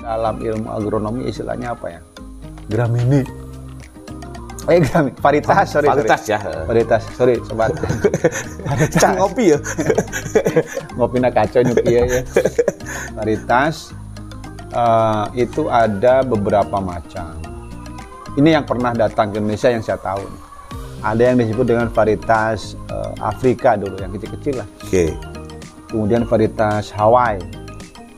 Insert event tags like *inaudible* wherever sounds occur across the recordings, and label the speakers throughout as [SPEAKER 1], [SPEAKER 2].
[SPEAKER 1] dalam ilmu agronomi istilahnya apa ya? Gramini. Eh, gramini. Varietas, sorry.
[SPEAKER 2] Varietas ya.
[SPEAKER 1] sorry. Varietas, sorry, sobat.
[SPEAKER 2] Cang ngopi ya.
[SPEAKER 1] Ngopi na kacau nyupi ya. ya. Varietas eh, itu ada beberapa macam. Ini yang pernah datang ke Indonesia yang saya tahu. nih. Ada yang disebut dengan varietas eh, Afrika dulu, yang kecil-kecil lah.
[SPEAKER 2] *laughs* Oke.
[SPEAKER 1] Kemudian varietas Hawaii.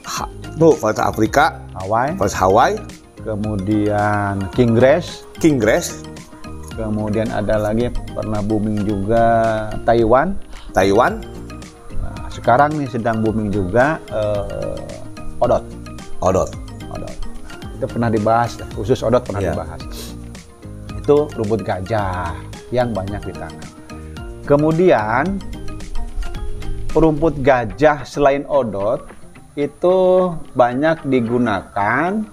[SPEAKER 2] Ha- Tuh, varietas Afrika,
[SPEAKER 1] Hawaii,
[SPEAKER 2] varietas Hawaii,
[SPEAKER 1] kemudian King Grass,
[SPEAKER 2] King Grass,
[SPEAKER 1] kemudian ada lagi yang pernah booming juga Taiwan
[SPEAKER 2] Taiwan,
[SPEAKER 1] Nah, sekarang nih sedang booming juga eh, odot
[SPEAKER 2] Odot.
[SPEAKER 1] odot itu pernah dibahas lah, khusus odot pernah
[SPEAKER 2] Iya.
[SPEAKER 1] dibahas itu rumput gajah yang banyak ditanam kemudian rumput gajah selain odot itu banyak digunakan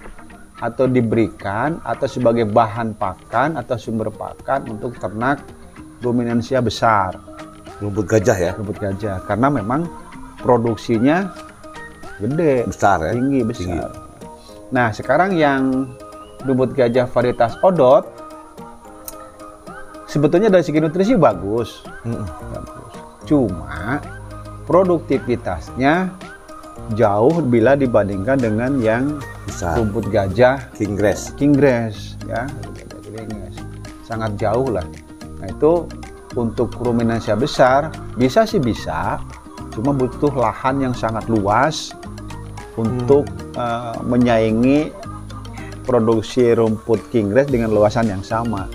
[SPEAKER 1] atau diberikan atau sebagai bahan pakan atau sumber pakan untuk ternak ruminansia besar
[SPEAKER 2] Rumput gajah ya.
[SPEAKER 1] rumput Iya, gajah karena memang produksinya gede
[SPEAKER 2] Besar ya.
[SPEAKER 1] tinggi besar nah sekarang yang rumput gajah varietas odot sebetulnya dari segi nutrisi bagus
[SPEAKER 2] Mm-mm.
[SPEAKER 1] bagus cuma produktivitasnya jauh bila dibandingkan dengan yang
[SPEAKER 2] Besar.
[SPEAKER 1] rumput gajah
[SPEAKER 2] King Grass.
[SPEAKER 1] Kingres ya Kingres. sangat jauh lah nah itu untuk ruminansia besar bisa sih bisa cuma butuh lahan yang sangat luas untuk
[SPEAKER 2] Hmm.
[SPEAKER 1] eh, menyaingi produksi rumput kingres dengan luasan yang sama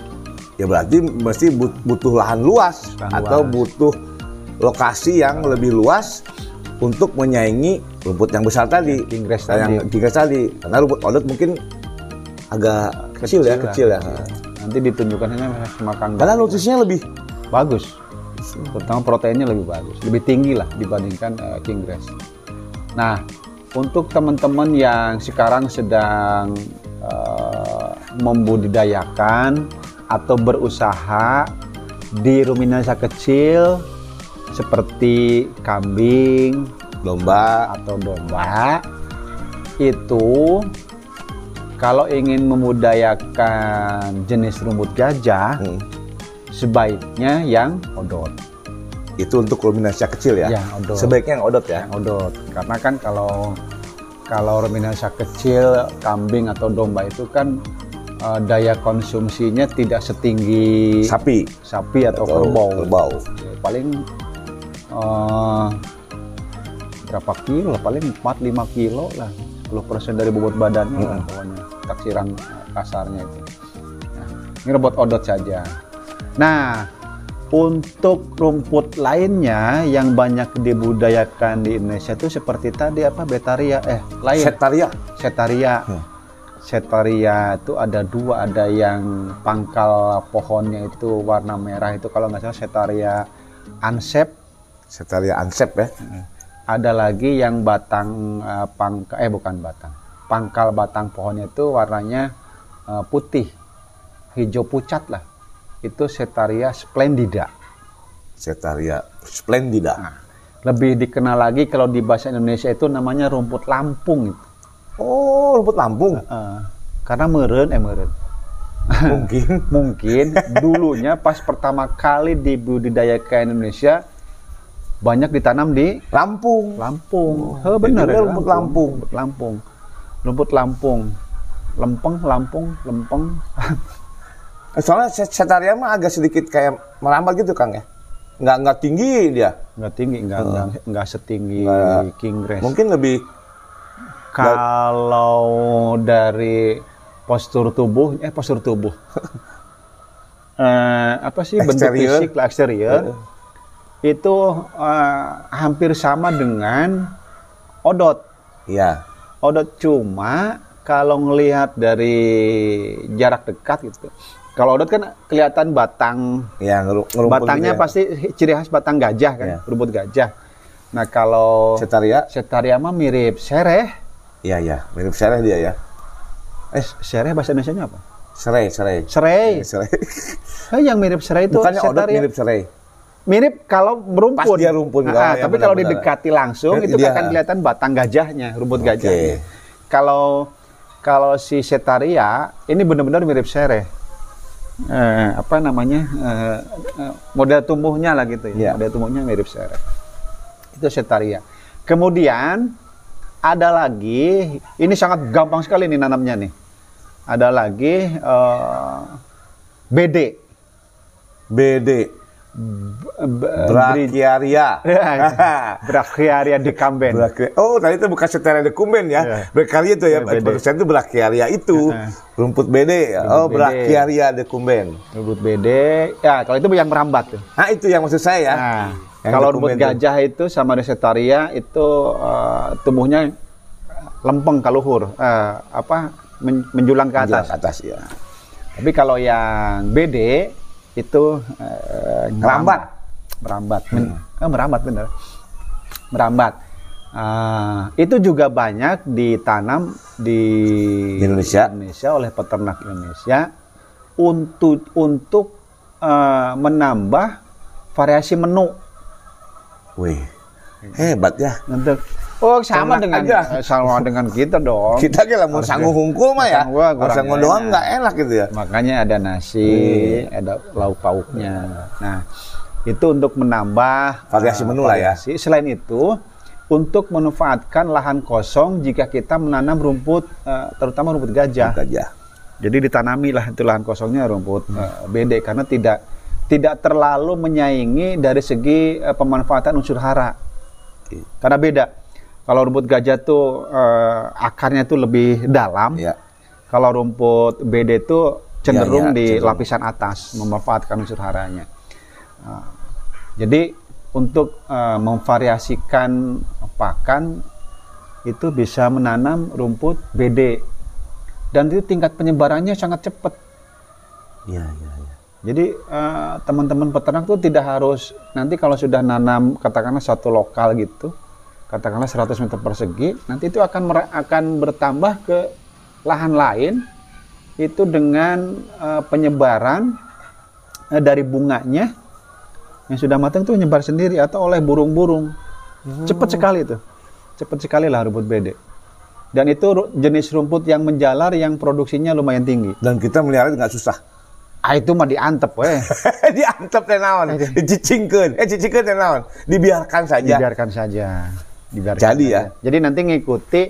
[SPEAKER 2] Ya berarti mesti but- butuh lahan luas
[SPEAKER 1] Lahan
[SPEAKER 2] atau
[SPEAKER 1] luas.
[SPEAKER 2] butuh lokasi yang lebih luas untuk menyaingi rumput yang besar tadi.
[SPEAKER 1] King Grass
[SPEAKER 2] Nah, yang
[SPEAKER 1] tadi.
[SPEAKER 2] King Grass tadi. Karena rumput Odot mungkin agak kecil, ya,
[SPEAKER 1] lah, Iya.
[SPEAKER 2] kecil ya.
[SPEAKER 1] nanti ditunjukkannya semakan
[SPEAKER 2] Karena nutrisinya lebih
[SPEAKER 1] bagus terutama proteinnya lebih bagus lebih tinggi lah dibandingkan eh, king grass nah untuk teman-teman yang sekarang sedang eh, membudidayakan atau berusaha di ruminansia kecil seperti kambing
[SPEAKER 2] domba
[SPEAKER 1] atau domba itu kalau ingin membudayakan jenis rumput gajah
[SPEAKER 2] Hmm.
[SPEAKER 1] sebaiknya yang odot
[SPEAKER 2] itu untuk ruminansia kecil ya.
[SPEAKER 1] Ya, odot.
[SPEAKER 2] Sebaiknya yang odot ya.
[SPEAKER 1] yang odot karena kan kalau kalau ruminansia kecil kambing atau domba itu kan eh, daya konsumsinya tidak setinggi
[SPEAKER 2] Sapi
[SPEAKER 1] sapi atau, kerbau
[SPEAKER 2] Oh, kerbau.
[SPEAKER 1] Ya, paling eh, berapa kilo lah, paling 4 5 kilo lah 10% dari bobot badannya lah pokoknya taksiran eh, kasarnya itu nah, ini robot odot saja nah untuk rumput lainnya yang banyak dibudayakan di Indonesia itu seperti tadi apa betaria eh
[SPEAKER 2] Ah,
[SPEAKER 1] lain
[SPEAKER 2] Setaria.
[SPEAKER 1] setaria
[SPEAKER 2] Hmm.
[SPEAKER 1] setaria itu ada dua ada yang pangkal pohonnya itu warna merah itu kalau nggak salah setaria ansep
[SPEAKER 2] Setaria ansep ya.
[SPEAKER 1] Hmm. ada lagi yang batang eh, pangkal eh bukan batang pangkal batang pohonnya itu warnanya eh, putih hijau pucat lah itu setaria splendida
[SPEAKER 2] Setaria splendida.
[SPEAKER 1] Nah, lebih dikenal lagi kalau di bahasa Indonesia itu namanya rumput lampung itu
[SPEAKER 2] Oh, rumput
[SPEAKER 1] *laughs*
[SPEAKER 2] Lampung.
[SPEAKER 1] Eh, karena meren eh meren
[SPEAKER 2] Mungkin
[SPEAKER 1] mungkin dulunya pas pertama kali dibudidayakan Indonesia banyak ditanam di
[SPEAKER 2] Lampung.
[SPEAKER 1] Lampung.
[SPEAKER 2] Oh,
[SPEAKER 1] Heh, bener
[SPEAKER 2] jadi
[SPEAKER 1] ya,
[SPEAKER 2] rumput
[SPEAKER 1] Rumput Lampung. Rumput Lampung. Lempeng, Lampung, Lempeng. *laughs*
[SPEAKER 2] Eh, Soalnya set- setaria mah agak sedikit kayak merambat gitu Kang ya. Nggak nggak tinggi dia.
[SPEAKER 1] Nggak tinggi, nggak nggak- nggak setinggi
[SPEAKER 2] Nggak.
[SPEAKER 1] King Grass.
[SPEAKER 2] Mungkin lebih
[SPEAKER 1] Kalau dari postur tubuh, eh postur tubuh. *laughs* Eh, apa sih bentuk
[SPEAKER 2] Eksterior.
[SPEAKER 1] fisik lah, eksterior itu eh, hampir sama dengan odot.
[SPEAKER 2] ya
[SPEAKER 1] odot cuma kalau ngelihat dari jarak dekat gitu kalau odot kan kelihatan batang
[SPEAKER 2] Ya, ngeru- ngerumpul
[SPEAKER 1] batangnya
[SPEAKER 2] gitu ya.
[SPEAKER 1] pasti ciri khas batang gajah kan
[SPEAKER 2] Iya.
[SPEAKER 1] rumput gajah nah kalau
[SPEAKER 2] Setaria.
[SPEAKER 1] setaria mah mirip sereh
[SPEAKER 2] Iya, iya. Mirip serai dia ya.
[SPEAKER 1] eh sereh bahasa Indonesia apa
[SPEAKER 2] Serai, serai.
[SPEAKER 1] serai
[SPEAKER 2] Serai.
[SPEAKER 1] Eh, yang mirip serai itu
[SPEAKER 2] Bukannya odot
[SPEAKER 1] setaria.
[SPEAKER 2] mirip serai.
[SPEAKER 1] Mirip kalau merumpun.
[SPEAKER 2] Pas dia
[SPEAKER 1] Ah,
[SPEAKER 2] rumpun, kalau
[SPEAKER 1] ah,
[SPEAKER 2] yang
[SPEAKER 1] tapi kalau
[SPEAKER 2] benar-benar.
[SPEAKER 1] didekati langsung
[SPEAKER 2] Jadi
[SPEAKER 1] itu kan
[SPEAKER 2] dia-
[SPEAKER 1] akan kelihatan batang gajahnya, rumput
[SPEAKER 2] Oke.
[SPEAKER 1] gajahnya. Kalau kalau si setaria ini benar-benar mirip sereh. Eh, apa namanya eh, eh, model tumbuhnya lah gitu ya
[SPEAKER 2] Iya.
[SPEAKER 1] model tumbuhnya mirip sereh itu setaria kemudian ada lagi ini sangat gampang sekali nih nanamnya nih ada lagi eh, BD
[SPEAKER 2] BD.
[SPEAKER 1] Eh, B-
[SPEAKER 2] *laughs* Brachiaria.
[SPEAKER 1] *laughs* Ya, Brachiaria decamben.
[SPEAKER 2] Brachiaria. Oh, tadi itu bukan secara dokumen ya.
[SPEAKER 1] Iya.
[SPEAKER 2] Brachiaria itu ya.
[SPEAKER 1] Iya, BD.
[SPEAKER 2] Barusan itu brachiaria itu.
[SPEAKER 1] Heeh.
[SPEAKER 2] Rumput BD. Oh,
[SPEAKER 1] BD.
[SPEAKER 2] brachiaria dokumen.
[SPEAKER 1] Rumput bede, ya kalau itu yang merambat tuh.
[SPEAKER 2] Nah, itu yang maksud saya ya.
[SPEAKER 1] Nah,
[SPEAKER 2] Yang
[SPEAKER 1] kalau rumput
[SPEAKER 2] dokumen tuh.
[SPEAKER 1] gajah itu sama resetaria itu eh, tumbuhnya lempeng ke luhur, eh, apa men- menjulang ke atas.
[SPEAKER 2] Menjelang ke atas ya.
[SPEAKER 1] Tapi kalau yang bede itu eh,
[SPEAKER 2] Merambat.
[SPEAKER 1] merambat, Men-
[SPEAKER 2] Hmm.
[SPEAKER 1] eh, merambat bener, merambat. Ah, itu juga banyak ditanam di,
[SPEAKER 2] Di Indonesia.
[SPEAKER 1] Indonesia oleh peternak Indonesia untuk untuk eh, menambah variasi menu
[SPEAKER 2] Wih. Hebat ya.
[SPEAKER 1] untuk oh sama dengan *laughs*
[SPEAKER 2] Peternak aja.
[SPEAKER 1] eh, sama dengan kita dong.
[SPEAKER 2] Kita kira mau sanggup hukum mah ya.
[SPEAKER 1] Sangguh, kurang
[SPEAKER 2] Mau sangguh doang
[SPEAKER 1] enak.
[SPEAKER 2] nggak enak gitu ya.
[SPEAKER 1] Makanya ada nasi, ada lauk pauknya. Nah, itu untuk menambah
[SPEAKER 2] Variasi
[SPEAKER 1] eh,
[SPEAKER 2] menu lah ya.
[SPEAKER 1] variasi. Selain itu, untuk memanfaatkan lahan kosong jika kita menanam rumput, eh, terutama rumput gajah.
[SPEAKER 2] Gajah.
[SPEAKER 1] Jadi ditanamilah itu lahan kosongnya rumput
[SPEAKER 2] Hmm.
[SPEAKER 1] eh, bede karena tidak tidak terlalu menyaingi dari segi eh, pemanfaatan unsur hara.
[SPEAKER 2] Oke.
[SPEAKER 1] Karena beda. Kalau rumput gajah tuh eh, akarnya tuh lebih dalam.
[SPEAKER 2] Ya.
[SPEAKER 1] Kalau rumput BD itu cenderung
[SPEAKER 2] Ya, ya,
[SPEAKER 1] di
[SPEAKER 2] cenderung.
[SPEAKER 1] lapisan atas memanfaatkan unsur haranya. Nah, jadi untuk eh, memvariasikan pakan itu bisa menanam rumput BD dan itu tingkat penyebarannya sangat cepat.
[SPEAKER 2] Iya, iya, iya.
[SPEAKER 1] Jadi eh, teman-teman peternak tuh tidak harus nanti kalau sudah nanam katakanlah satu lokal gitu, katakanlah 100 meter persegi, nanti itu akan mer- akan bertambah ke lahan lain itu dengan eh, penyebaran eh, dari bunganya yang sudah matang tuh nyebar sendiri atau oleh burung-burung. Cepat sekali itu. Cepat sekali lah rumput bede. Dan itu ru- jenis rumput yang menjalar yang produksinya lumayan tinggi.
[SPEAKER 2] Dan kita melihara nggak susah. *laughs*
[SPEAKER 1] Ah itu mah diantep weh.
[SPEAKER 2] diantep teh naon dicicingkeun eh cicingkeun teh naon dibiarkan saja
[SPEAKER 1] dibiarkan saja dibiarkan
[SPEAKER 2] Ya. Jadi
[SPEAKER 1] saja.
[SPEAKER 2] ya?
[SPEAKER 1] jadi nanti ngikuti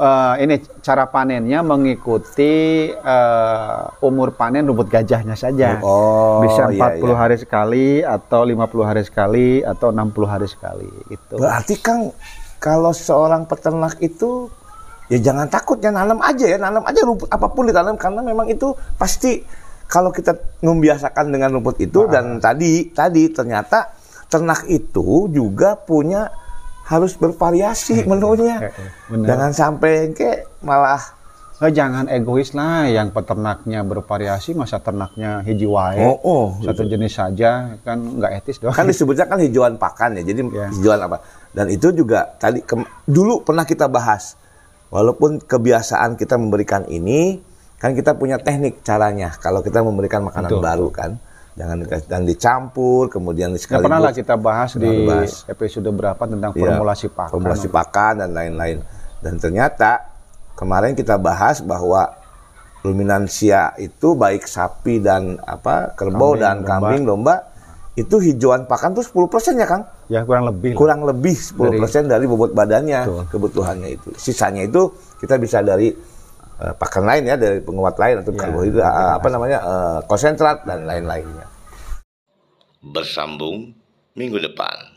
[SPEAKER 1] eh, ini cara panennya mengikuti eh, umur panen rumput gajahnya saja
[SPEAKER 2] Oh,
[SPEAKER 1] bisa 40
[SPEAKER 2] iya, iya.
[SPEAKER 1] hari sekali atau 50 hari sekali atau 60 hari sekali gitu. itu
[SPEAKER 2] berarti Kang kalau seorang peternak itu ya jangan takut ya nanam aja ya nanam aja rumput apapun ditanam karena memang itu pasti kalau kita membiasakan dengan rumput itu dan tadi tadi ternyata ternak itu juga punya harus bervariasi menunya
[SPEAKER 1] Benar.
[SPEAKER 2] jangan sampai ke malah
[SPEAKER 1] Eh, jangan egois lah yang peternaknya bervariasi masa ternaknya hiji wae
[SPEAKER 2] Oh, oh,
[SPEAKER 1] satu jenis saja kan nggak etis dong
[SPEAKER 2] kan disebutnya kan hijauan pakan ya jadi
[SPEAKER 1] Ya.
[SPEAKER 2] hijauan apa dan itu juga tadi kem- dulu pernah kita bahas walaupun kebiasaan kita memberikan ini kan kita punya teknik caranya kalau kita memberikan makanan
[SPEAKER 1] Betul.
[SPEAKER 2] baru kan jangan dikas- dan dicampur
[SPEAKER 1] Nah,
[SPEAKER 2] kemudian sekaligus
[SPEAKER 1] pernah lah kita bahas di
[SPEAKER 2] Pernah bahas.
[SPEAKER 1] episode berapa tentang
[SPEAKER 2] Iya,
[SPEAKER 1] formulasi pakan.
[SPEAKER 2] formulasi pakan dan lain-lain dan ternyata kemarin kita bahas bahwa ruminansia itu baik sapi dan apa kerbau
[SPEAKER 1] Kambing,
[SPEAKER 2] dan
[SPEAKER 1] domba.
[SPEAKER 2] kambing domba itu hijauan pakan tuh 10% ya Kang
[SPEAKER 1] Ya kurang lebih. lah.
[SPEAKER 2] kurang lebih 10% dari, bobot badannya
[SPEAKER 1] Betul.
[SPEAKER 2] kebutuhannya itu. Sisanya itu kita bisa dari eh, pakan lain ya, dari penguat lain atau
[SPEAKER 1] Ya,
[SPEAKER 2] karbohidrat eh, apa namanya? eh, konsentrat dan lain-lainnya.
[SPEAKER 3] bersambung minggu depan.